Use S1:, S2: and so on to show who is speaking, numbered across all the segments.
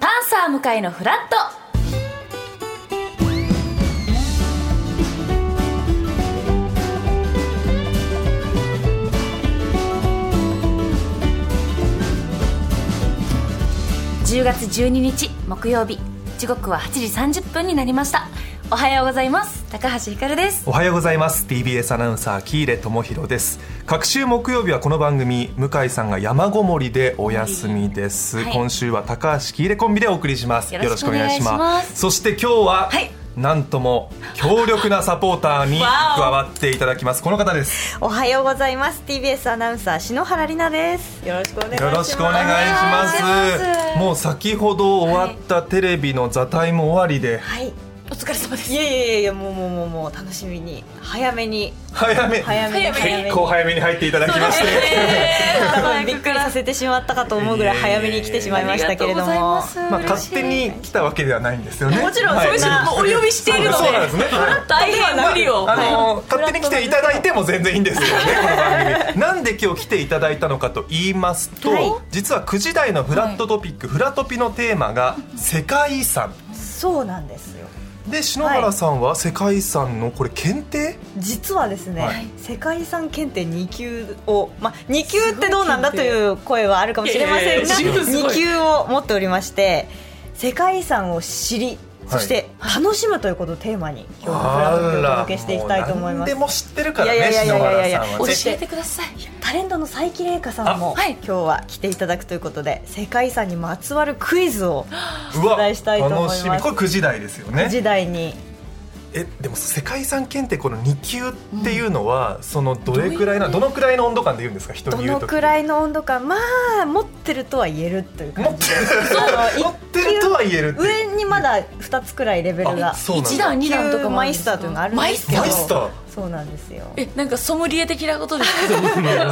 S1: ー向井のフラット10月12日木曜日時刻は8時30分になりましたおはようございます高橋ひかるです
S2: おはようございます TBS アナウンサー喜入智博です各週木曜日はこの番組向井さんが山ごもりでお休みです、
S1: はい
S2: 今週は高橋喜入コンビでお送りします
S1: よろしくお願いします
S2: そして今日は、
S1: はい
S2: なんとも強力なサポーターに加
S1: わお
S2: わっていただきますこの方です
S3: おはようございます TBS アナウンサー篠原里奈ですよろしくお願いします
S2: よろしくお願いしま
S1: お
S2: す
S1: 願いします
S2: もう先ほど終わったテレビの「座体も終わりで、
S3: はい
S1: お疲れ様です
S3: いやいやいやいやもうもうもうもう楽しみに早めに
S2: 早め
S3: 早めに
S1: 早めに
S2: 結構早めに入っていただきまして、
S3: 多分 びっくりさせてしまったかと思うぐらい早めに来てしまいました けれども
S2: まあ、勝手に来たわけではないんですよね
S3: もちろんそういうの
S2: は
S3: も
S1: お呼びしているので
S2: そうなんですね、はい
S1: 大変無理を
S2: あの勝手に来ていただいても全然いいんですよね、この番組。なんで今日来ていただいたのかと言いますと、
S3: はい
S2: 実は9時台のフラットトピック、フラトピのテーマが世界遺産。
S3: そうなんですよ
S2: で篠原さんは世界遺産のこれ検定、
S3: 実はですね、
S2: はい
S3: 世界遺産検定2級を、まあ、2級ってどうなんだという声はあるかもしれませんが
S1: いやいやいやすごい
S3: 2級を持っておりまして世界遺産を知りそして楽しむということをテーマに今日のフラットでお届けしていきたいと思い
S2: もう何
S3: ま。
S2: ですも知ってるからね
S3: いやいやい
S2: 篠
S3: やいや
S2: 原
S3: いや
S2: さんは
S1: 教
S2: ね。
S1: えてください
S3: タレントの佐伯玲香さん
S1: あ
S3: も
S1: はい
S3: 今日は来ていただくということで世界遺産にまつわるクイズを
S2: うわ
S3: 出題したいと思い
S2: 楽
S3: ます
S2: しみこれ9時台ですよね
S3: 時代に
S2: えでも世界遺産検定この2級っていうのは、そのどれくらいなどのくらいの温度感で言うんですか人
S3: ど
S2: に言
S3: の
S2: うと
S3: くらいの温度感まあ持ってるとは言えるという
S2: 持
S3: 感
S2: って
S3: じ
S2: る持ってるとは言えるっていう
S3: 上にまだ2つくらいレベルが
S2: あそうなんだ
S1: 一段二段とかもあ
S3: マ
S1: るん
S3: イ
S1: です
S3: ス
S1: か
S3: ターというのがあるんですけど
S2: マイスター
S3: そうなんですよ
S1: えなんかソムリエ的なこと ですか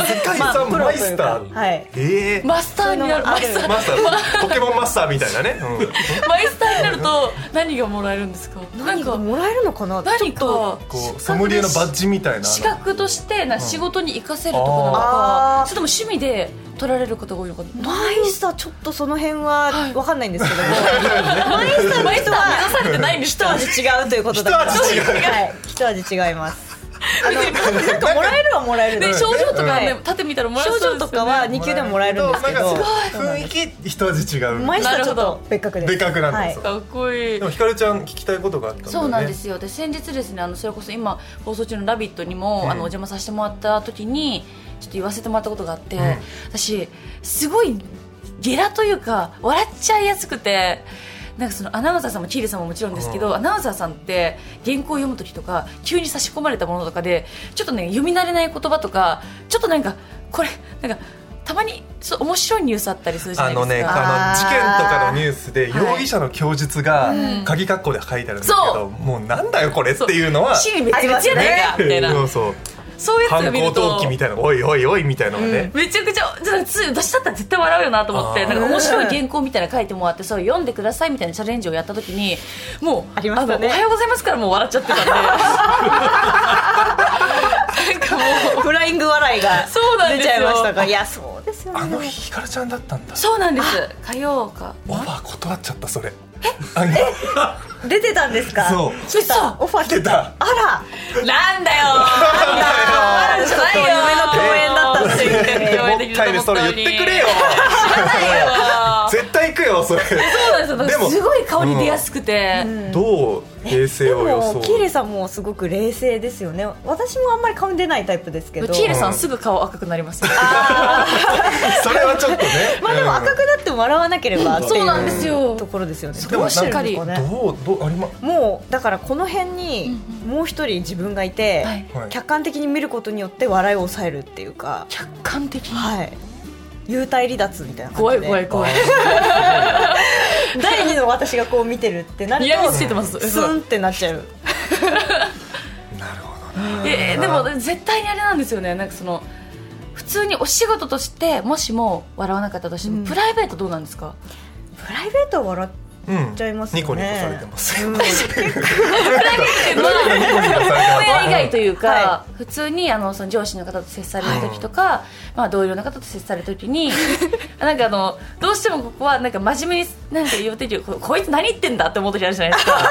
S2: 世界遺産マイスター、
S3: はい
S2: ええ
S1: マスターになるマ
S3: そう
S1: イ
S3: いう
S1: ス
S3: の
S1: タ
S3: も
S1: ー
S3: あ
S2: マスターポケモンマスターみたいなね、
S1: マイスターになると何がもらえるんですか
S3: 何
S1: なん
S3: が
S1: か
S3: もらえるのかなちょ
S1: 何
S3: っと
S1: か
S2: うん、こうソムリエのバッジみたいな
S1: 資格としてな仕事に生かせるとかなの
S3: あ
S1: か
S3: ー
S1: それとも趣味で取られる方が多いのかな
S3: マイスターちょっとその辺は分かんないんですけども、マイスターの
S1: マイス
S3: 人
S1: ター目指
S3: は
S1: されてないんです
S3: 一
S1: か
S3: 味違うということだ
S2: 一味違う
S3: はい、一味違いますあのなんかもらえるはもらえる
S1: で症状とか
S3: はい
S1: ね立ってみたらもらえそう
S3: 症
S1: ですよ
S3: 状
S1: ね
S3: とかは2級でももらえるんですけ
S2: な
S3: ど
S2: んかすごい雰囲気一味違う
S3: マイスターちょっ
S1: なるほ
S3: と別格です
S2: 別格なんです
S3: は
S1: かっこいい
S2: でもひかるちゃん聞きたいことがあったんだよね
S1: そうなんですよで先日ですねあのそれこそ今放送中の「ラビット!」にも、
S2: うん
S1: あのお邪魔させてもらった時にちょっと言わせてもらったことがあって、
S2: うん
S1: 私すごいゲラというか笑っちゃいやすくて。なんかそのアナウンサーさんもキーレさんももちろんですけど、アナウンサーさんって原稿を読む時とか急に差し込まれたものとかでちょっとね読み慣れない言葉とかちょっとなんかこれなんかたまにそう面白いニュースあったりするじゃな
S2: あ
S1: いで
S2: の
S1: すか
S2: ねあ
S3: あー
S2: の事件とかのニュースで
S1: はい
S2: 容疑者の供述が鍵括弧で書いてあるんですけど、
S1: そう
S2: もうなんだよこれっていうのは
S1: シリめっちゃめちゃやないかみたいな、
S2: そうそう
S1: そういうやつが
S2: 犯
S1: 見る
S2: 行
S1: と
S2: 動機みたいなおいおいおいみたいなのがね、
S1: めちゃくちゃじゃあつ私だったら絶対笑うよなと思って
S2: あー
S1: なんか面白い原稿みたいなの書いてもらってそれ読んでくださいみたいなチャレンジをやった時にもう
S3: ありました
S1: の
S3: ね
S1: おはようございますからもう笑っちゃってたんでなんかもう
S3: いフライング笑いが
S1: そうなんで
S3: 出
S1: す
S3: ち
S1: よ
S3: ゃいましたがいやそうですよね
S2: あの日ひかるちゃんだったんだ
S1: そうなんです火曜か
S2: オファー断っちゃったそれあの
S3: 出てたんですか
S2: そう
S3: 来てた
S1: 嘘
S3: オファー来てたあら
S1: なんだよー
S3: あら
S1: じゃないよ
S3: 夢の共演だったんですよね
S1: えー
S2: もったいないそれ言ってくれよ
S1: 知らないよ
S2: 絶対行くよそれ
S1: そうなんですよだから
S2: でも
S1: すごい顔に出やすくて、
S2: どう平成
S3: で
S2: を
S3: もキー
S2: 装
S3: レさんもすごく冷静ですよね私もあんまり顔に出ないタイプですけど
S1: キーレさんすぐ顔赤くなりますよ
S2: それはちょっとね
S3: まあでも赤くなっても笑わなければって
S1: そうなんで
S3: い
S1: すよ
S3: うところですよね
S1: そ
S2: こはしっ
S1: かり
S3: どうしてるんですかね
S2: どうどうありま
S3: もうだからこの辺にもう一人自分がいて、
S1: はい
S2: はい
S3: 客観的に見ることによって笑いを抑えるっていうか
S1: 客観的に
S3: はい幽体離脱みたいな感じで
S1: 怖い怖い怖い
S3: 第二の私がこう見てるってなる
S1: 嫌味つい
S3: と
S1: てます
S3: スンってなっちゃう
S2: なるほどな
S1: えーでも絶対にあれなんですよねなんかその普通にお仕事としてもしも笑わなかったとしても、
S3: うん
S1: プライベートどうなんですか
S3: プライベートは笑
S2: うん
S3: ちゃいますよね
S2: ニコニコされてますよ、
S3: うん
S1: まあ
S2: ニコニコされてます
S1: 親以外というか、
S3: は
S1: 普通にあのその上司の方と接される時とか、まあ、同僚の方と接される時に なんかあのどうしてもここはなんか真面目になんか言うてるけどここいつ何言ってんだって思う時あるじゃないです か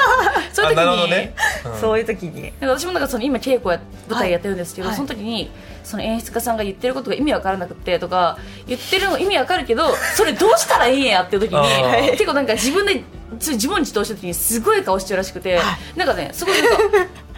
S1: そういう時
S2: あなるほど
S1: に、
S2: ね、うん
S3: そういう時に
S1: なんか私もなんかその今稽古や舞台やってるんですけど、
S3: はい
S1: その時にその演出家さんが言ってることが意味わからなくってとか言ってるの意味わかるけどそれどうしたらいいんやっていう時
S2: あ
S1: に
S2: ー
S1: 結構なんか自分でそう自問自答した時にすごい顔してるらしくて、なんかねすごいなんか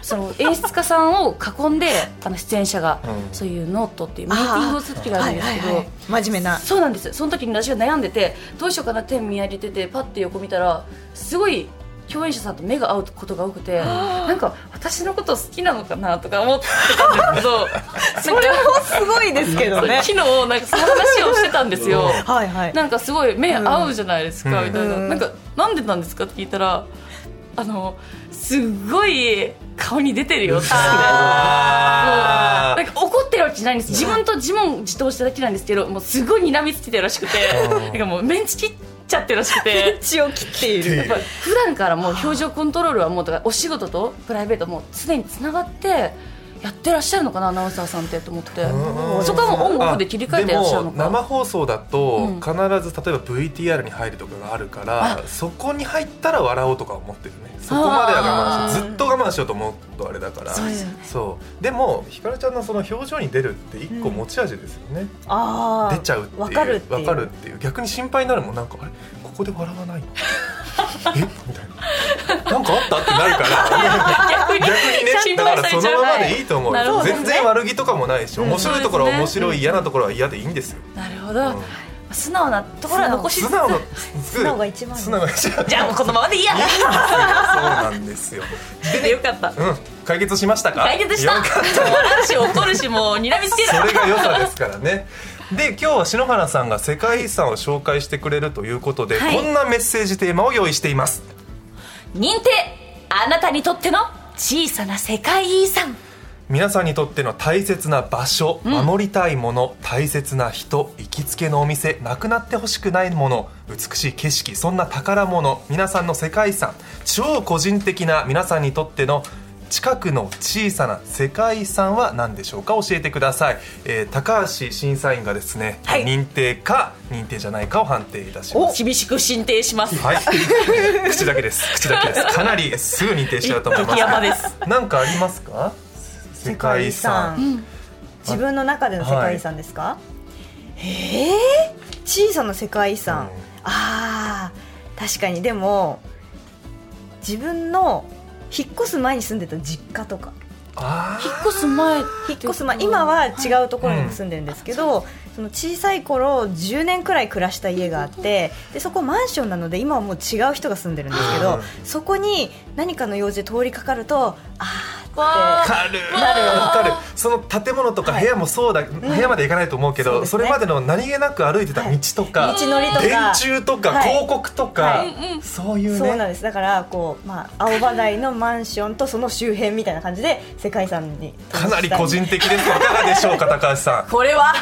S1: その演出家さんを囲んであの出演者が
S2: うん
S1: そういうノートっていうミーティングをする時があるんですけど。
S3: 真面目 な
S1: そうなんですその時に私が悩んでてどうしようかなって見上げててパッて横見たらすごい共演者さんと目が合うことが多くてなんか私のこと好きなのかなとか思ってたんですけどそれも
S3: すごいですけどね
S1: 昨日なんかその話をしてたんですよ。
S3: はいはい
S1: なんかすごい目合うじゃないですか、
S2: うん
S1: みたいな、
S3: うん
S1: なんかなんでなんですかって聞いたらあのすごい顔に出てるよって言って
S2: あ
S1: なんか怒ってるわけじゃないんです自分と自問自答しただけなんですけどもうすごい睨みつけてるらしくて
S2: うん
S1: なんかもうメンチ切っちゃってるらしく て
S3: 血を切ってい
S2: ー
S3: る
S1: やっぱ普段からもう表情コントロールはもうとかお仕事とプライベートもう常につながってやってらっしゃるのかなアナウンサーさんってと思って
S2: うん
S1: そこはもうオンオフで切り替えてらっしゃるの
S2: でも生
S1: か
S2: 放送だ
S1: う
S2: と
S1: ん
S2: 必ず例えば VTR に入るとかがあるから、そこに入ったら笑おうとか思ってるねそこまでは我慢し
S3: あー
S2: ずっと我慢しようと思うとあれだから
S1: そうですよね
S2: そうでもひかるちゃんのその表情に出るって一個持ち味ですよね、
S3: ああ
S2: 出ちゃうっていう
S3: わかるっていう
S2: わかるっていう逆に心配になるもんなんかあれここで笑わないのえみたいななんかあったってなるから
S1: 逆に
S2: 逆にね
S1: 心
S2: だから
S1: 配さ
S2: そ
S1: れちゃ
S2: の
S1: う
S2: ままでいいと思う
S1: なる
S2: よ
S1: ほどね
S2: 全然悪気とかもないし
S1: うん
S2: 面白いところは面
S1: そう
S2: 白い嫌なところは嫌でいいんですよ
S1: なるほど、
S2: うん
S1: 素直なところは残しつつ
S2: 素直の
S3: 素直が一番
S2: 素直が一番
S1: じゃあもうこのままでいいや
S2: そうなんですよ
S1: よかった
S2: うん解決しましたか
S1: 解決した
S2: よ
S1: も
S2: かっ
S1: う笑うし怒るしもう睨みつ ける
S2: たそれが良さですからねで今日は篠原さんが世界遺産を紹介してくれるということで、
S1: はい
S2: こんなメッセージテーマを用意しています
S1: 認定あなたにとっての小さな世界遺産
S2: 皆さんにとっての大切な場所、守りたいもの大切な人行きつけのお店なくなってほしくないもの美しい景色そんな宝物皆さんの世界遺産超個人的な皆さんにとっての近くの小さな世界遺産は何でしょうか教えてください、えー高橋審査員がですね、
S1: はい
S2: 認定か認定じゃないかを判定いたします
S1: 厳しく進呈します
S2: はい 口だけです口だけですかなりすぐ認定しちゃうと思います
S1: 激ヤバです
S2: なんかありますか世界遺産
S3: 自分の中での世界遺産ですか、ええ小さな世界遺
S2: う
S3: 産、
S2: ん
S3: あー確かにでも自分の引っ越す前に住んでた実家とか
S2: あ
S1: 引っ越す前
S3: 引っ越す前今は違うところに住んでるんですけど、その小さい頃10年くらい暮らした家があってでそこマンションなので今はもう違う人が住んでるんですけ
S2: う
S3: ど
S2: ん
S3: そこに何かの用事で通りかかるとあ
S2: あ
S1: わ
S2: わ
S1: ー
S2: かるわかるその建物とか
S3: は
S2: 部
S3: い
S2: 屋もそうだ、部屋まで行かないと思うけど、
S3: そ
S2: そう
S3: ですね
S2: れまでの何気なく歩いてた道とか、
S3: ー道のりとか
S2: 電柱とか、
S3: はい
S2: 広告とか、
S3: はい
S2: そういうね
S3: そうなんですだからこう、まあ、青葉台のマンションとその周辺みたいな感じで世界遺産に
S2: かなり個人的ですがいかがでしょうか高橋さん。
S1: これは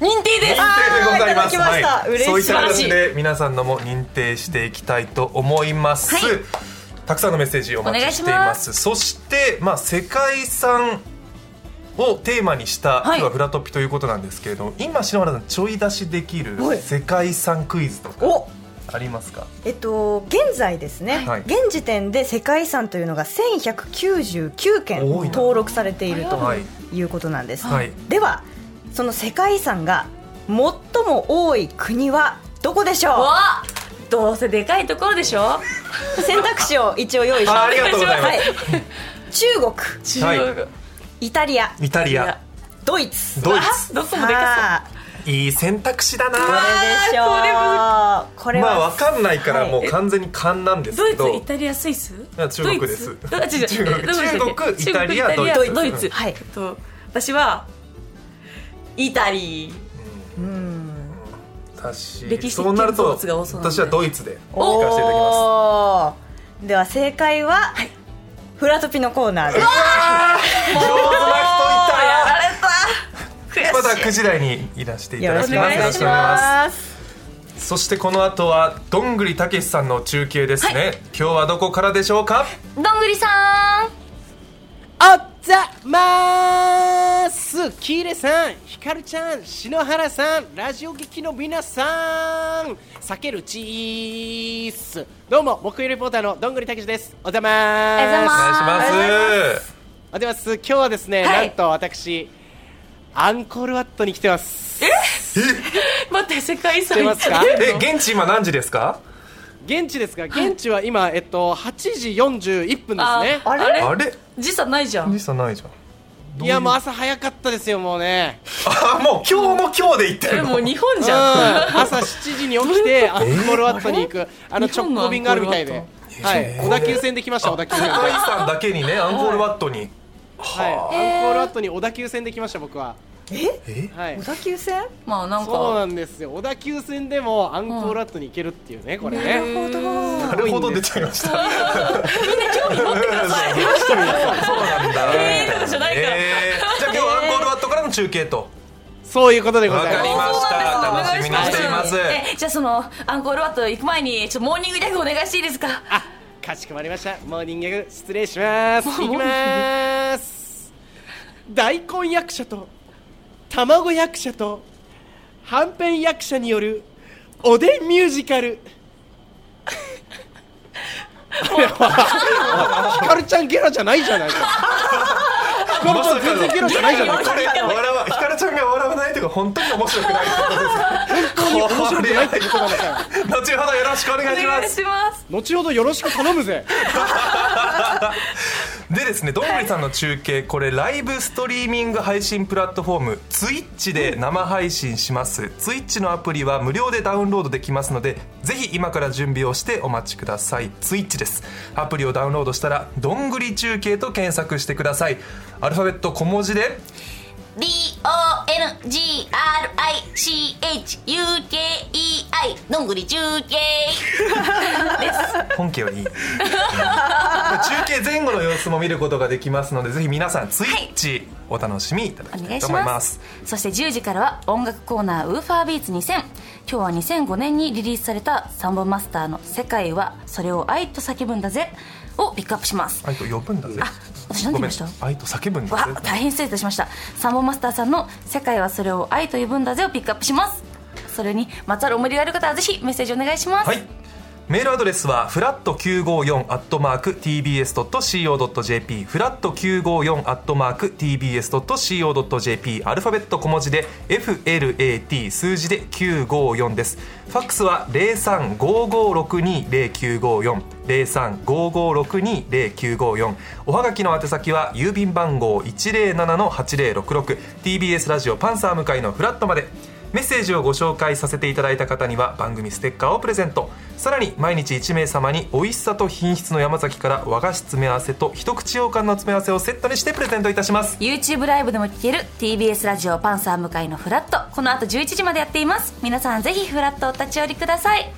S1: 認定です
S3: あ
S2: 認定でございます
S3: いただきました嬉しい
S2: そういった形
S1: 素晴
S2: で皆さんのも認定していきたいと思います、
S1: はい
S2: たくさんのメッセージお待ちしてい
S1: お願
S2: ま
S1: いします
S2: そして、まあ、世界遺産をテーマにした、今
S1: はい
S2: 日はフラトピということなんですけれども今篠原さんちょい出しできる
S3: はい
S2: 世界遺産クイズとか
S3: お
S2: ありますか
S3: えっと現在ですね、
S2: はい
S3: 現時点で世界遺産というのが1199件
S2: 多いな
S3: 登録されていると
S2: はい
S3: いうことなんです、
S2: はい
S3: ではその世界遺産が最も多い国はどこでしょ
S1: わどうせでかいところでしょ
S3: う選択肢を一応用意して
S2: あありがとうございます
S3: ます、はい、中国
S1: 中
S2: はい
S1: 国
S3: イタリア
S2: イタリ
S1: いや
S2: ア
S3: ドイツ
S2: ドイ
S1: あ
S2: ツ
S1: どこもでか
S3: さあ
S2: いい選択肢だな
S3: どれでしょうこれ
S2: ま
S3: は、
S2: あわかんないから
S3: はい
S2: もう完全に勘なんです
S1: そう
S2: け
S1: ドイツ
S2: ど
S1: イタリアスイス
S2: いや中国です
S1: ドイツあ違う
S2: 中国
S1: どこでしたっけ
S2: 中国イタリア
S1: 中国
S2: ドイツ
S1: ドイツ
S3: はい
S1: えっと私はイタリ
S3: うん
S2: 私
S1: 歴史的
S2: そうなる
S1: 建造
S2: と
S1: 物が多そうなんで
S2: 私はドイツで聞
S3: お
S2: かせていただきます
S3: おーでは正解は、フラトピのコーナーです
S2: 上手な人いた
S1: やられた悔しい
S2: また9時台にいらしていただき
S1: よろしくお願いします
S2: よろしくお願いしますそしてこの後はどんぐりたけしさんの中継ですね、今日はどこからでしょうか
S1: どんぐりさん
S4: おっざまーすキーレさん、ひかるちゃん、篠原さん、ラジオ劇の皆さん、避けるチースどうも、木曜レポーターのどんぐりたけしです。おざまーす。
S1: おざまー
S2: お願いします
S1: ありがとうござい
S4: おざます。今日はですね、
S1: はい
S4: なんと私、アンコールワットに来てます。
S1: 待って世界遺産
S4: 知って
S1: 行
S4: ま
S1: っ
S4: す
S1: ちゃ
S4: か
S1: う
S2: え現地今何時ですか
S4: 現地ですが、現地は今、えっと、8時41分です
S1: あ
S4: ね。
S1: あ
S2: あ
S1: れ
S2: れ
S1: 時差ないじゃん
S2: 時差ないじゃん
S4: いや、もう朝早かったですよ、もうね。
S2: あもう今日も今日で行って
S1: え
S2: る
S1: もう
S2: の
S1: 日本じゃん
S4: うん朝7時に起きてアンコールワットに行くあの
S1: 日
S4: 直
S1: 本の
S4: 行便があるみたい
S1: アン
S4: で
S1: コ、
S4: は
S2: え
S4: い、
S2: ー
S4: 小田急線で来ました小田急線
S2: 世
S4: で、
S2: 界遺
S4: はい、
S2: 産だけにねアンコールワットに
S4: アンコールワットに小田急線で来ました僕は、
S2: え
S4: はい
S3: 小、田急線
S1: まあなん
S4: そうな
S1: か
S4: んですよ小田急線でもアンコールワットに行けるっていうねこれね、
S3: なるほど
S2: なるほど出ちゃいましたそうなんだ
S1: えーとかじゃないから
S2: えーじゃあ今日はアンコールワットからの中継と
S4: そういうことでござい
S2: わかり
S4: ま
S2: ますした楽しみにしています
S1: えじゃあそのアンコールワット行く前にちょっとモーニングギャグお願いしていいですか
S4: あかしこまりましたモーニングギャグ失礼します
S1: もう
S4: いきます大根役者と卵役者とはんぺん役者によるおでんミュージカルひかるちゃんゲラじゃないじゃないかひかるちゃん全然ゲラじ ゃないじゃないか
S2: これ笑わひかるちゃんが笑わないというか本当に面白くない
S4: 本当に面白くないってことなのかよ
S2: 後ほどよろしくお願いします
S1: します
S4: 後ほどよろしく頼むぜ
S2: でですねどんぐりさんの中継これライブストリーミング配信プラットフォーム Twitch で生配信します Twitch のアプリは無料でダウンロードできますのでぜひ今から準備をしてお待ちください Twitch ですアプリをダウンロードしたら「どんぐり中継」と検索してくださいアルファベット小文字で
S1: D-O-N-G-R-I-C-H-U-K-E-I どんぐり中継
S2: 本家よりいい 中継前後の様子も見ることができますのでぜひ皆さん Twitch お楽しみいただき
S1: お
S2: た
S1: 願
S2: い
S1: い
S2: と
S1: し
S2: 思い
S1: ます
S2: ます
S1: そして10時からは音楽コーナーウーファービーツ2000今日は2005年にリリースされたサンボマスターの「世界はそれを愛と叫ぶんだぜ」をピックアップします
S2: 愛と呼ぶんだぜ
S1: 私何て言いました
S2: ごめん愛と叫ぶんだ
S1: わ
S2: ぜ
S1: 大変失礼いたしましたサンボマスターさんの「世界はそれを愛と呼ぶんだぜ」をピックアップしますそれにまつわる思い出がある方はぜひメッセージお願いします、
S2: はい。メールアドレスはフラット九五四アットマーク tbs ドット co ドット jp フラット九五四アットマーク tbs ドット co ドット jp アルファベット小文字で f l a t 数字で九五四です。ファックスは零三五五六二零九五四零三五五六二零九五四おはがきの宛先は郵便番号一零七の八零六六 TBS ラジオパンサー向かいのフラットまで。メッセージをご紹介させていただいた方には番組ステッカーをプレゼントさらに毎日1名様に美味しさと品質の山崎から和菓子詰め合わせと一口羊羹の詰め合わせをセットにしてプレゼントいたします
S1: YouTube ライブでも聴ける TBS ラジオパンサー向かいのフラットこの後11時までやっています皆さんぜひフラットお立ち寄りください